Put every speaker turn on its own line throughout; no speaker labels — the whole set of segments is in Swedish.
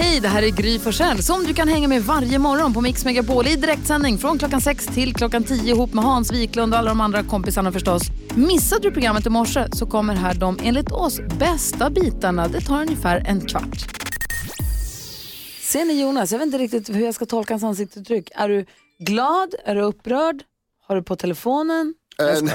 Hej, det här är Gry Forssell som du kan hänga med varje morgon på Mix Megapol i direktsändning från klockan 6 till klockan 10 ihop med Hans Wiklund och alla de andra kompisarna förstås. Missade du programmet i morse så kommer här de enligt oss bästa bitarna. Det tar ungefär en kvart. Ser ni Jonas, jag vet inte riktigt hur jag ska tolka hans ansiktsuttryck. Är du glad? Är du upprörd? Har du på telefonen?
Eh,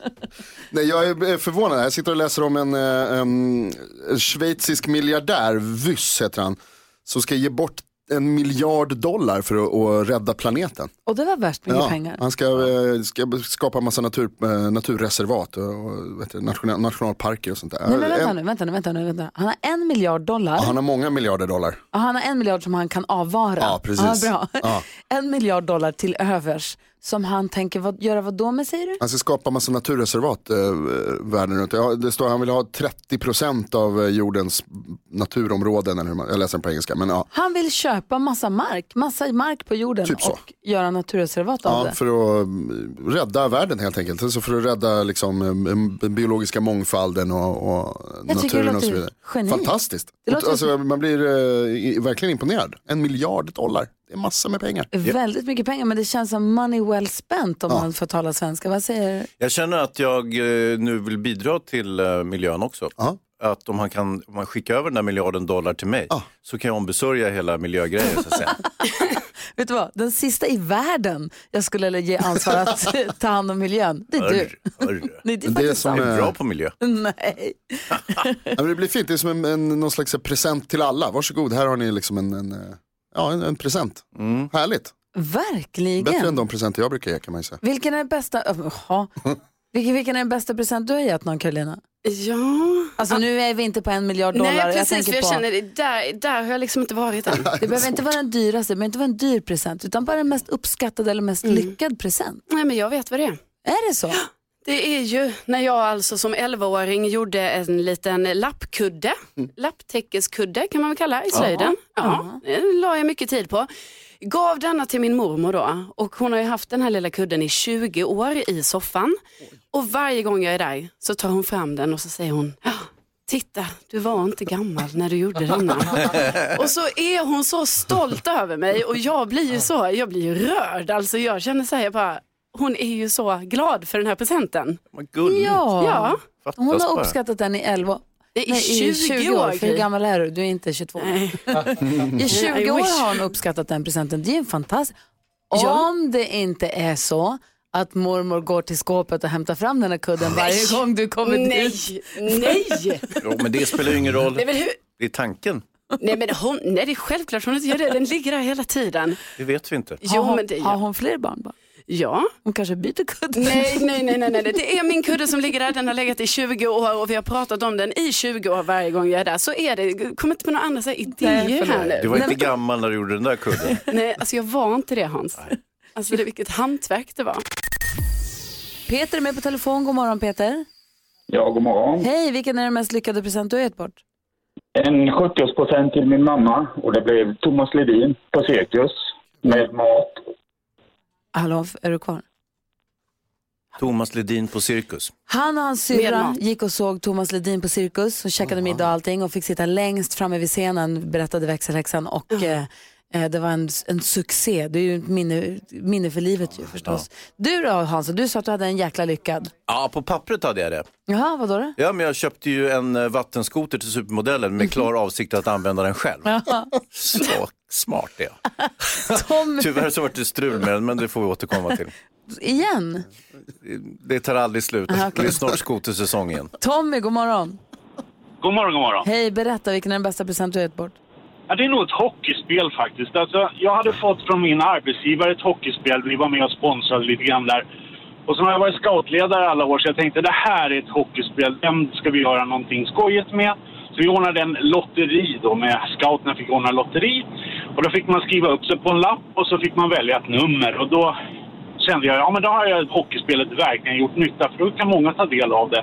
Nej, jag är förvånad. Jag sitter och läser om en, eh, em, en schweizisk miljardär, Vyss heter han, som ska ge bort en miljard dollar för att, att rädda planeten.
Och det var värst mycket
Ja,
pengar.
Han ska, eh, ska skapa massa natur, eh, naturreservat och, och vet du, national, nationalparker och sånt där.
Nej men vänta
En-
nu, vänta nu, vänta nu, vänta. Han har en miljard dollar.
ja, han har många miljarder dollar.
Ja, han har en miljard som han kan avvara.
Ja, precis.
Ja, bra.
Ja.
En miljard dollar till övers som han tänker vad, göra vad då med säger du?
Han ska skapa massa naturreservat eh, världen runt. Ja, det står han vill ha 30% av eh, jordens naturområden, eller hur man, jag läser den på engelska. Men, ja.
Han vill köpa massa mark, massa mark på jorden
Typ så.
och göra naturreservat av
Ja,
det.
för att mm, rädda världen helt enkelt. Alltså för att rädda liksom, mm, den biologiska mångfalden och, och
Jag tycker det
naturen och så
låter
vidare.
geni.
Fantastiskt.
Det låter
alltså, man blir eh, i- verkligen imponerad. En miljard dollar, det är massa med pengar.
Väldigt mycket pengar men det känns som money well spent om man får tala svenska. Vad säger
Jag känner att jag eh, nu vill bidra till eh, miljön också. Att om, han kan, om man skickar över den där miljarden dollar till mig så kan jag ombesörja hela miljögrejen. Så att säga.
Vet du vad, den sista i världen jag skulle ge ansvar att ta hand om miljön, det är du.
Hörr, hörr.
Nej, det är
Det är
faktiskt
som,
sant.
Jag är bra
eh,
på miljö.
Nej.
ja, men det blir fint, det är som en, en, någon slags present till alla. Varsågod, här har ni liksom en, en, eh, ja, en, en present. Härligt,
Verkligen.
bättre än de presenter jag brukar ge kan man ju säga.
Vilken är den bästa, jaha. Vilken, vilken är den bästa present du har gett någon Karolina?
Ja.
Alltså nu är vi inte på en miljard dollar.
Nej
jag
precis,
tänker
för jag
på,
känner det, där, där har jag liksom inte varit än.
det behöver inte vara den dyraste, det behöver inte vara en dyr present utan bara den mest uppskattade eller mest
Mm.
lyckad present.
Nej men jag vet vad det är.
Är det så?
Det är ju när jag alltså som 11-åring gjorde en liten lappkudde,
Mm.
lapptäckeskudde kan man väl kalla i slöjden. Ja, det la jag mycket tid på. Gav denna till min mormor då och hon har ju haft den här lilla kudden i 20 år i soffan. Och varje gång jag är där så tar hon fram den och så säger hon, "Ja, titta du var inte gammal när du gjorde denna. och så är hon så stolt över mig och jag blir ju så, jag blir ju rörd. Alltså jag känner så här, jag bara, hon är ju så glad för den här presenten.
Vad gulligt.
Ja.
Ja.
Fattas
Hon har
bara.
uppskattat den i 11
Det är
Nej, i 20 år. För hur
Gry.
gammal är du? Du är inte 22.
Nej.
I 20 år
wish.
har hon uppskattat den presenten. Det är en fantastisk...
Ja.
Om det inte är så att mormor går till skåpet och hämtar fram den här kudden varje gång du kommer
Nej,
dit.
nej.
Jo, men det spelar ju ingen roll.
Nej, men hur?
Det är tanken.
nej, men hon, nej, det är självklart hon inte gör det. Den ligger där hela tiden.
Det vet vi inte.
Jo,
har,
men det
har
gör
hon fler barn? Bara?
ja.
Hon kanske byter kudde.
Nej, nej, nej, nej, nej, det är min kudde som ligger där. Den har legat i 20 år och vi har pratat om den i 20 år varje gång jag är där. Så är det. Kom inte på några andra så här idéer här nu.
Du var inte gammal när du gjorde den där kudden.
Nej, alltså jag var inte det Hans. Alltså det, vilket hantverk det var.
Peter är med på telefon. God morgon Peter.
Ja, god morgon.
Hej, vilken är den mest lyckade present du har gett bort?
En 70-årspresent till min mamma och det blev Thomas Ledin på Cirkus med mat.
Hallå, f- är du kvar?
Thomas Ledin på Cirkus.
Han och hans
Med
syrra
mat.
gick och såg Thomas Ledin på Cirkus och käkade middag och allting och fick sitta längst framme vid scenen, berättade växelhäxan. Och eh, eh, det var en, en succé. Det är ju ett minne, minne för livet ju förstås. Du då Hans, du sa att du hade en jäkla lyckad.
Ja, på pappret hade jag det.
Jaha, vad då? det?
Ja, men jag köpte ju en eh, vattenskoter till supermodellen
Mhm.
med klar avsikt att använda den själv. Så smart det är
Tom,
Tyvärr så vart det strul med den, men det får vi återkomma till.
igen.
Det tar aldrig slut. Det är snart skotersäsong igen.
Tommy, god morgon.
God morgon, god morgon.
Hej, berätta vilken är den bästa present du har gett bort?
Ja, det är nog ett hockeyspel faktiskt. Alltså, jag hade fått från min arbetsgivare ett hockeyspel. Vi var med och sponsrade lite grann där. Och så har jag varit scoutledare alla år så jag tänkte det här är ett hockeyspel. Den ska vi göra någonting skojigt med. Så vi ordnade en lotteri då med scouterna fick ordna lotteri. Och då fick man skriva upp sig på en lapp och så fick man välja ett nummer. Och då
kände jag, ja men då har ju hockeyspelet verkligen gjort nytta för då kan många ta del av det.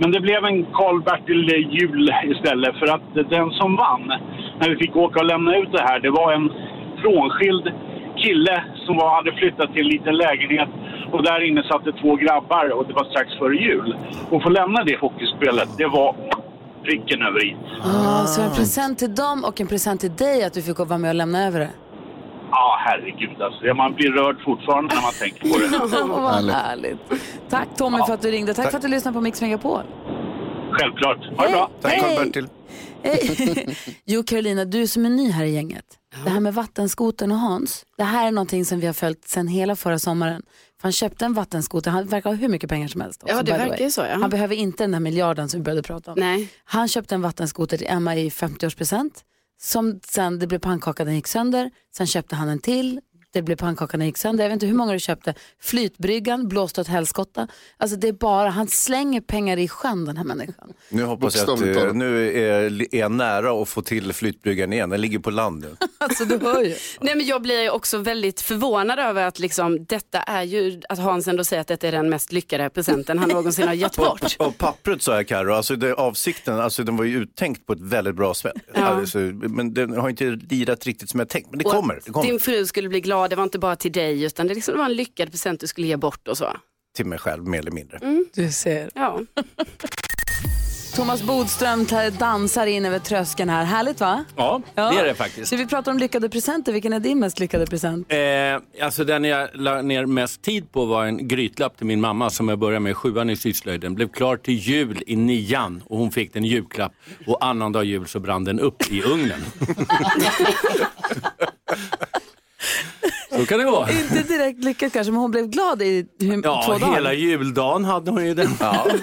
Men det blev en Karl-Bertil jul istället för att den som vann när vi fick åka och lämna ut det här, det var en frånskild kille som var, hade flyttat till en liten lägenhet och där inne satt det två grabbar och det var strax före jul. Och få lämna det hockeyspelet, det var pricken över i.
Ah, så en present till dem och en present till dig att du fick vara med och lämna över det.
Ja, herregud alltså. Ja, Man blir rörd fortfarande när man tänker på det.
Vad härligt. Tack Tommy för att du ringde. Tack,
Tack.
för att du lyssnade på Mix Megapol.
Självklart. Ha det bra.
Tack, Hej. Karl-Bertil. Hej. jo, Carolina, du som är ny här i gänget. Det här med vattenskoten och Hans, det här är någonting som vi har följt sedan hela förra sommaren. För han köpte en vattenskoter, han verkar ha hur mycket pengar som helst.
Ja, det
by the way.
verkar ju så, ja.
Han behöver inte den här miljarden som vi började prata om.
Nej.
Han köpte en vattenskoter till Emma i 50-årspresent. Som sen, det blev pannkaka, den gick sönder. Sen köpte han en till. Det blev pannkaka, den gick sönder. Jag vet inte hur många du köpte. Flytbryggan blåste åt helskotta. Alltså det är bara, han slänger pengar i sjön den här människan.
Nu hoppas jag att
Bokstavligt
eh,
talat.
nu är, är jag nära att få till flytbryggan igen. Den ligger på land nu.
Alltså du hör ju.
Nej, men jag blir också väldigt förvånad över att liksom, detta är ju, att Hans ändå säger att detta är den mest lyckade presenten han någonsin har gett
På,
bort.
på pappret sa jag Carro, alltså det, avsikten, alltså den var ju uttänkt på ett väldigt bra sätt. Alltså, men den har inte lirat riktigt som jag tänkt, men det
Och att
kommer. Det kommer.
Din fru skulle bli glad, det var inte bara till dig utan det, liksom, det var en lyckad present du skulle ge bort och så.
Till mig själv mer eller mindre.
Mm.
Du ser.
Ja.
Thomas Bodström tar- dansar in över tröskeln här. Härligt va?
Ja, det är det faktiskt.
Så vi pratar om lyckade presenter. Vilken är din mest lyckade present?
Eh, alltså den jag la ner mest tid på var en grytlapp till min mamma som jag började med i sjuan i syslöjden. Blev klar till jul i nian och hon fick den i julklapp och annandag jul så brann den upp i ugnen. så kan det gå.
Inte direkt lyckat kanske, men hon blev glad i hur, två
Ja,
dagar.
hela juldagen hade hon ju den.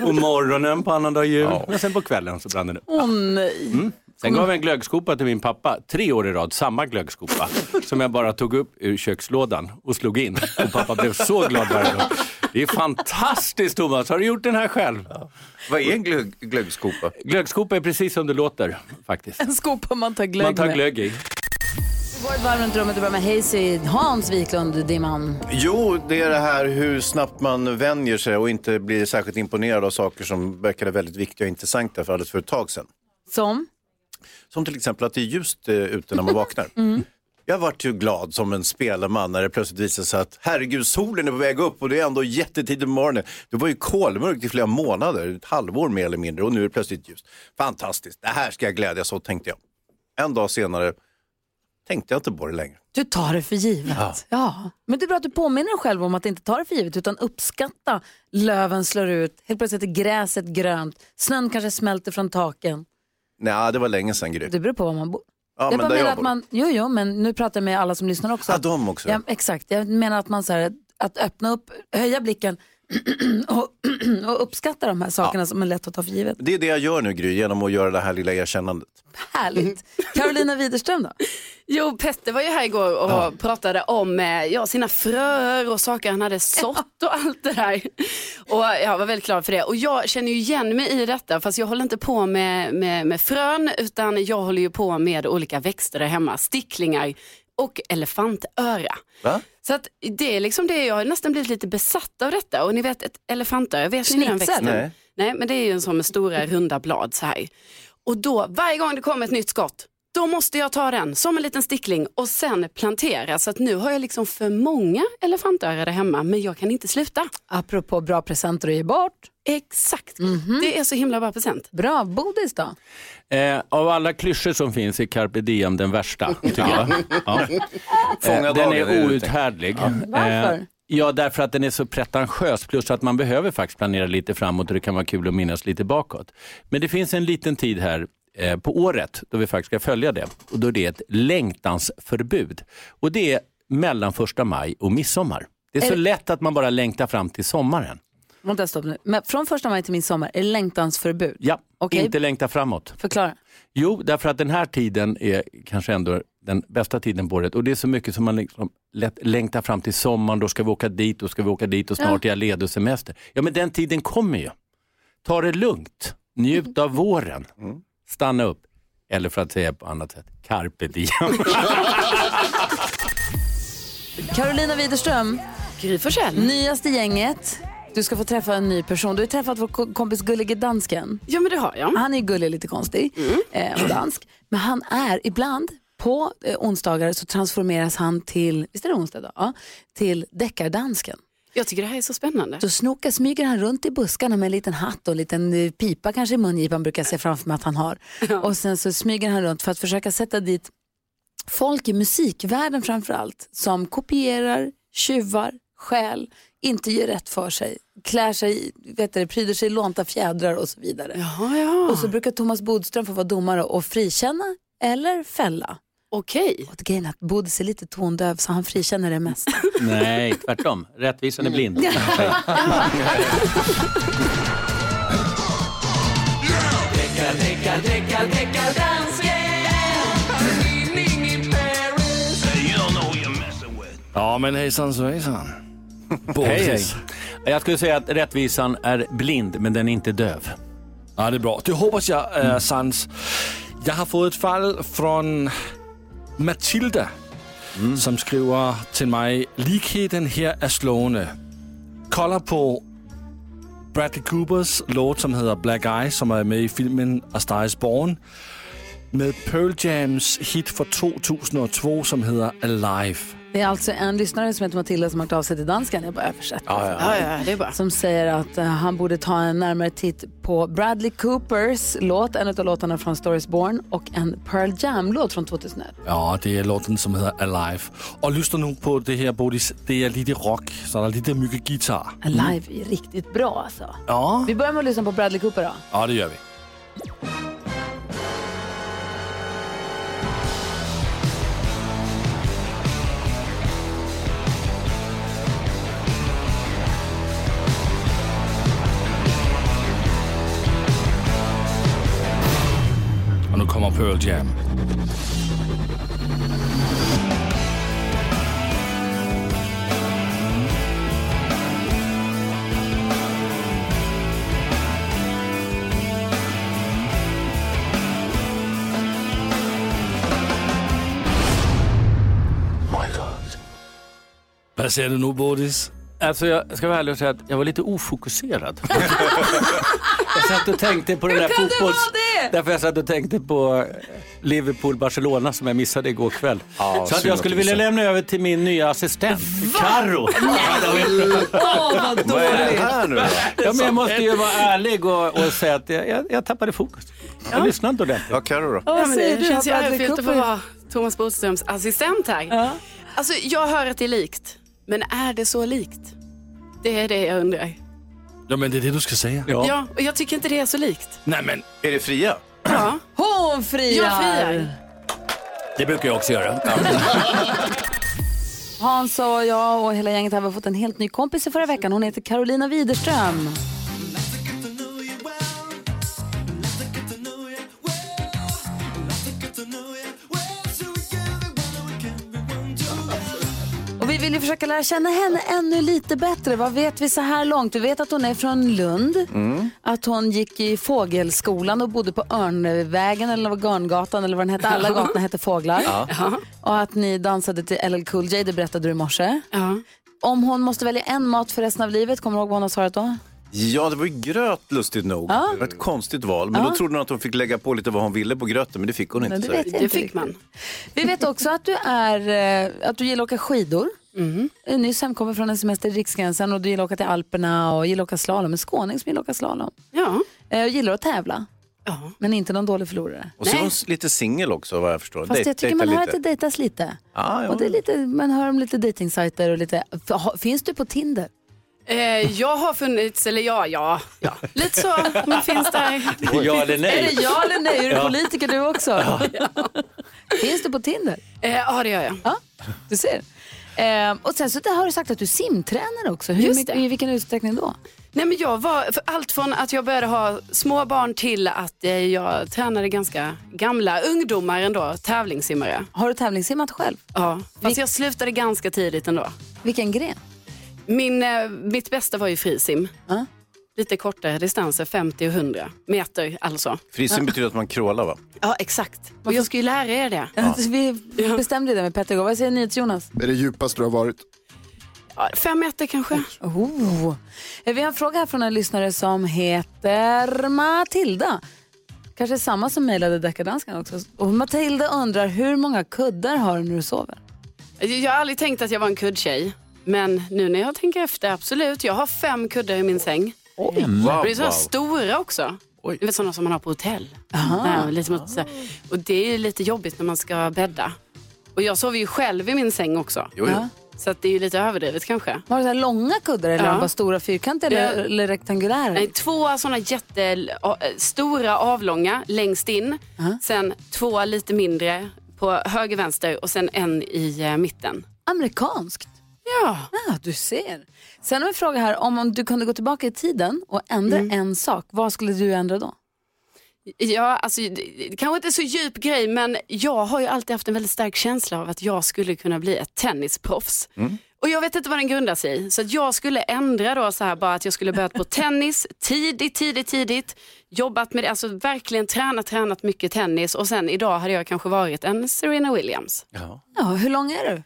Och morgonen på annandag jul. Men sen på kvällen så brann den upp.
Åh nej.
Mm. Sen gav jag en glögskopa till min pappa, tre år i rad, samma glögskopa, som jag bara tog upp ur kökslådan och slog in. Och pappa blev så glad varje dag. Det är fantastiskt Thomas, har du gjort den här själv?
Vad är en glögg, glöggskopa?
Glögskopa är precis som det låter faktiskt.
En skopa man tar glögg
Man tar
med.
glögg i.
Vi går ett varv runt rummet och börjar med Hazy. Hans Wiklund, din man.
Jo, det är det här hur snabbt man vänjer sig och inte blir särskilt imponerad av saker som verkade väldigt viktiga och intressanta för alldeles för ett tag sedan.
Som?
Som till exempel att det är ljust eh, ute när man vaknar. Jag vart ju glad som en spelman när det plötsligt visade sig att herregud, solen är på väg upp och det är ändå jättetidigt på morgonen. Det var ju kolmörkt i flera månader, ett halvår mer eller mindre och nu är det plötsligt ljust. Fantastiskt, det här ska jag glädjas åt tänkte jag. En dag senare tänkte jag inte på det längre.
Du tar det för givet. Ja.
Ja.
Men det är bra att du påminner dig själv om att inte ta det för givet utan uppskatta. Löven slår ut, helt plötsligt är gräset grönt, snön kanske smälter från taken.
Nej, det var länge sedan Gry.
Det beror på var man bor.
Ja, men
bara
där jag
menar att
bor.
man, jo, jo, men nu pratar jag med alla som lyssnar också.
Ja, de också.
Ja, exakt, jag menar att man så här, att öppna upp, höja blicken och, och uppskatta de här sakerna som är lätt att ta för givet.
Det är det jag gör nu Gry, genom att göra det här lilla erkännandet.
Härligt. Carolina Widerström då?
Jo, Petter var ju här igår och pratade om eh, ja, sina fröer och saker han hade sått och allt det där. Och jag var väldigt glad för det. Och jag känner ju igen mig i detta, fast jag håller inte på med, med, med frön, utan jag håller ju på med olika växter där hemma, sticklingar och elefantöra.
Va?
Så att det är liksom det, jag har nästan blivit lite besatt av detta. Och ni vet ett elefantöra, vet ni den
Schnitzel?
växten?
Nej.
Nej, men det är ju en sån med stora runda blad så här. Och då, varje gång det kommer ett nytt skott, då måste jag ta den som en liten stickling och sen plantera. Så att nu har jag liksom för många elefantöra där hemma, men jag kan inte sluta.
Apropå bra presenter att ge bort.
Exakt, det är så himla bra present.
Bra, Bodis då?
Eh, av alla klyschor som finns är carpe diem den värsta, tycker jag. Ja.
Fånga
Eh, den
dagen, det är
är
det
outhärdlig.
Varför?
Eh, Ja, därför att den är så pretentiös, plus att man behöver faktiskt planera lite framåt och det kan vara kul att minnas lite bakåt. Men det finns en liten tid här eh, på året då vi faktiskt ska följa det och då är det ett längtansförbud. Och det är mellan första maj och midsommar. Det är så lätt att man bara längtar fram till sommaren.
Vänta, stopp nu. Men från första maj till min sommar är det längtansförbud.
Ja,
Okej.
inte längta framåt.
Förklara.
Jo, därför att den här tiden är kanske ändå den bästa tiden på året och det är så mycket som man liksom lätt längtar fram till sommaren, då ska vi åka dit, då ska vi åka dit och snart är jag ledig och semester. Ja, men den tiden kommer ju. Ta det lugnt, njut av våren,
Mm.
stanna upp. Eller för att säga på annat sätt, carpe diem.
Carolina Widerström,
Gry Forssell.
Nyaste gänget. Du ska få träffa en ny person. Du har ju träffat vår ko- kompis Gullige Dansken.
Ja, men det har jag.
Han är ju gullig, lite konstig
Mm.
eh, och dansk. Men han är ibland, på eh, onsdagar så transformeras han till, visst är det onsdag då? Ja, till deckardansken.
Jag tycker det här är så spännande.
Då snokar, smyger han runt i buskarna med en liten hatt och en liten eh, pipa kanske i mungipan brukar jag se framför mig att han har. Och sen så smyger han runt för att försöka sätta dit folk i musikvärlden framför allt som kopierar, tjuvar, stjäl, inte gör rätt för sig, klär sig, i- vet du, pryder sig i lånta fjädrar och så vidare. Och så brukar Thomas Bodström få vara domare och frikänna eller fälla.
Okej.
Och grejen är att Bodis är lite tondöv så han frikänner det mesta.
Nej, tvärtom. Rättvisan är blind.
Ja, men hejsan svejsan.
Hej, hej. Jag skulle säga att rättvisan är blind, men den är inte döv.
Ja, det är bra. Det hoppas jag är sant. Jag har fått ett fall från Matilda som skriver till mig. Likheten här är slående. Kolla på Bradley Coopers låt som heter Black Eye som är med i filmen A Star Is Born med Pearl Jams hit från 2002 som heter Alive.
Det är alltså en lyssnare som heter Matilda som har hört av sig till danskan. Jag bara översätter.
Ja, ja, ja. Ja,
Som säger att eh, han borde ta en närmare titt på Bradley Coopers låt, en av låtarna från Stories Born och en Pearl Jam-låt från 2001.
Ja, det är låten som heter Alive. Och lyssna nu på det här Bodis, det är lite rock, så det är lite mycket gitarr.
Alive är riktigt bra alltså.
Ja.
Vi börjar med att lyssna på Bradley Cooper då.
Ja, det gör vi. Och nu kommer Pearl Jam. Vad säger du nu Bodis?
Alltså jag ska vara ärlig och säga att jag var lite ofokuserad. jag satt och tänkte på den
Hur
där
kunde det vara
fotbolls...
det?
Därför jag satt och tänkte på Liverpool-Barcelona som jag missade igår kväll. Så att
synd
jag
att
skulle
du
vilja
missade.
lämna över till min nya assistent, Carro.
Åh, vad
Vad är det
dåligt.
här nu då? Ja, men jag måste ju vara ärlig och, och säga att jag, jag, jag tappade fokus. Jag lyssnade inte ordentligt. Ja,
Carro då?
Ja, men
säger
det
du,
känns ju
Bradley
ärofyllt att få
Cooper?
vara Thomas Bodströms assistent här. Alltså, jag hör att det är likt, men är det så likt? Det är det jag undrar.
Ja, men det är det du ska säga.
Ja, och jag tycker inte det är så likt.
Nej, men...
Är det fria?
Ja.
Hon friar!
Jag friar.
Det brukar jag också göra.
Hans och jag och hela gänget här har fått en helt ny kompis i förra veckan. Hon heter Carolina Widerström. Och vi vill ju försöka lära känna henne ännu lite bättre. Vad vet vi så här långt? Vi vet att hon är från Lund.
Mm.
Att hon gick i fågelskolan och bodde på Örnvägen eller vad, Garngatan eller vad den hette. Alla gatorna hette Fåglar.
Ja. Ja.
Och att ni dansade till LL Cool J, det berättade du i morse. Om hon måste välja en mat för resten av livet, kommer du ihåg vad hon har svarat då?
Ja, det var ju gröt lustigt nog.
Ja.
Det var ett konstigt val. Men
Ja.
då trodde hon att hon fick lägga på lite vad hon ville på gröten, men det fick hon inte.
Men det
så.
vet jag inte riktigt. Vi vet också att du, är, eh, att du gillar att åka skidor. Mm. Nyss hemkommen från en semester i Riksgränsen och du gillar att åka till Alperna och gillar att åka slalom. En skåning som gillar att åka slalom.
Ja.
Eh, gillar att tävla. Men inte någon dålig förlorare.
Och så är hon lite singel också vad jag förstår.
Fast
Dej-
jag tycker
dejtar
man hör
lite.
att det dejtas lite. Ah,
Ja, ja.
Och det är lite. Man hör om lite dejtingsajter och lite... Ha- Finns du på Tinder?
Eh, jag har funnits, eller ja, ja, ja. Lite så, man finns där.
Ja eller nej?
Är det ja eller nej? Är du
Ja.
politiker du också? Finns du på Tinder?
Eh, ja, det gör jag.
Ja, du ser. Ehm, och sen så där har du sagt att du simtränar också. Hur
Just
mycket,
det.
I vilken utsträckning då?
Nej, men jag var, för allt från att jag började ha små barn till att eh, jag tränade ganska gamla ungdomar ändå, tävlingssimmare.
Har du tävlingssimmat själv?
Ja, fast jag slutade ganska tidigt ändå.
Vilken gren?
Min, eh, mitt bästa var ju frisim. Lite kortare distanser, 50 och 100 meter alltså.
Frisim betyder att man krålar va?
Ja, exakt. Och jag ska ju lära er det.
Vi bestämde det med Petter igår. Vad säger Jonas?
Det är det djupaste du har varit.
Ja, Fem ettor kanske.
Oh. Eh, Vi har en fråga här från en lyssnare som heter Matilda. Kanske samma som mejlade deckardanskan också. Och Matilda undrar hur många kuddar har du när du sover?
Jag har aldrig tänkt att jag var en kuddtjej. Men nu när jag tänker efter, absolut. Jag har fem kuddar i min säng. Oj,
wow,
det är så
wow.
här stora också. Du vet sådana som man har på hotell. Ja, lite mot, så här. och det är ju lite jobbigt när man ska bädda. Och jag sover ju själv i min säng också.
Jo, jo. Ja.
Så att det är ju lite överdrivet kanske.
Har du så här långa kuddar eller
Ja.
har du bara stora fyrkantiga eller,
Ja.
eller rektangulära?
Nej, två sådana jättestora avlånga längst in. Sen två lite mindre på höger vänster och sen en i eh, mitten.
Amerikanskt?
Ja.
ja. Ah, Du ser. Sen har vi en fråga här om, om du kunde gå tillbaka i tiden och ändra en sak. Vad skulle du ändra då?
Ja, alltså, det- det kanske inte är så djup grej, men jag har ju alltid haft en väldigt stark känsla av att jag skulle kunna bli ett tennisproffs.
Mm.
Och jag vet inte vad den grundar sig i. Så att jag skulle ändra då så här bara att jag skulle börjat på tennis tidigt, tidigt, tidigt. Jobbat med det, alltså verkligen tränat, tränat mycket tennis och sen idag hade jag kanske varit en Serena Williams.
Ja, hur lång är du?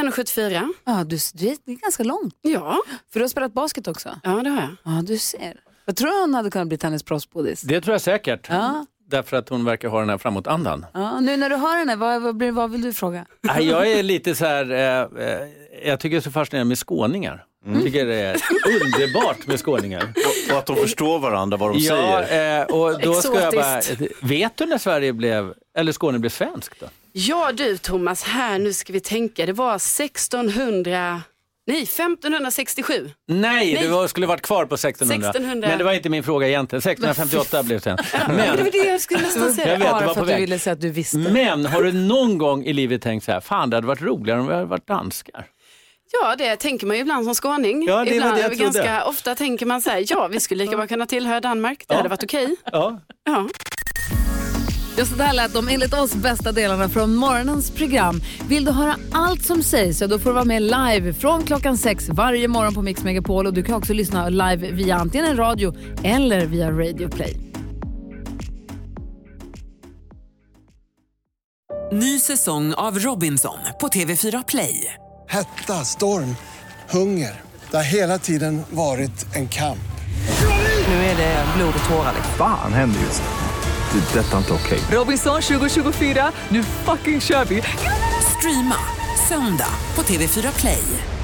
1,74.
Ja, du, du är det är ganska långt.
Ja.
För du har spelat basket också?
Ja, det har jag.
Ja, du ser. Jag tror hon hade kunnat bli tennisproffs, Bodis.
Det tror jag säkert.
Ja.
Därför att hon verkar ha den här framåtandan.
Ja, nu när du hör henne, vad, vad, blir, vad vill du fråga?
Nej, jag är lite så här, eh, eh, jag tycker det är så fascinerande med skåningar.
Mm.
Jag tycker det är underbart med skåningar.
Och, och att de förstår varandra vad de
ja,
säger.
eh, och då ska jag bara,
Exotiskt.
vet du när Sverige blev, eller Skåne blev svenskt då?
Ja du Thomas, här nu ska vi tänka. Det var 1600, nej 1567.
Nej,
Nej.
det var, skulle varit kvar på 1600.
1600.
Men det var inte min fråga egentligen. 1658 blev det sen. Men,
Det var det jag skulle nästan säga.
jag vet, det
Bara för
var på
att du
väg.
ville säga att du visste.
Men har du någon gång i livet tänkt så här, fan det hade varit roligare om vi hade varit danskar?
Ja, det tänker man ju ibland som skåning.
Ja, det var det
ibland,
jag
och
trodde.
ganska ofta tänker man så här, ja vi skulle lika bra kunna tillhöra Danmark, det hade varit okej.
Ja.
Ja.
Just det här lät de enligt oss bästa delarna från morgonens program. Vill du höra allt som sägs så då får du vara med live från klockan sex varje morgon på Mix Megapol och du kan också lyssna live via antingen en radio eller via Radio Play.
Ny säsong av Robinson på TV4 Play.
Hetta, storm, hunger. Det har hela tiden varit en kamp.
Nu är det blod och tårar.
Fan händer just det. Det är detta inte okej.
Robinson 2024, nu fucking kör vi! Streama söndag på TV4 Play.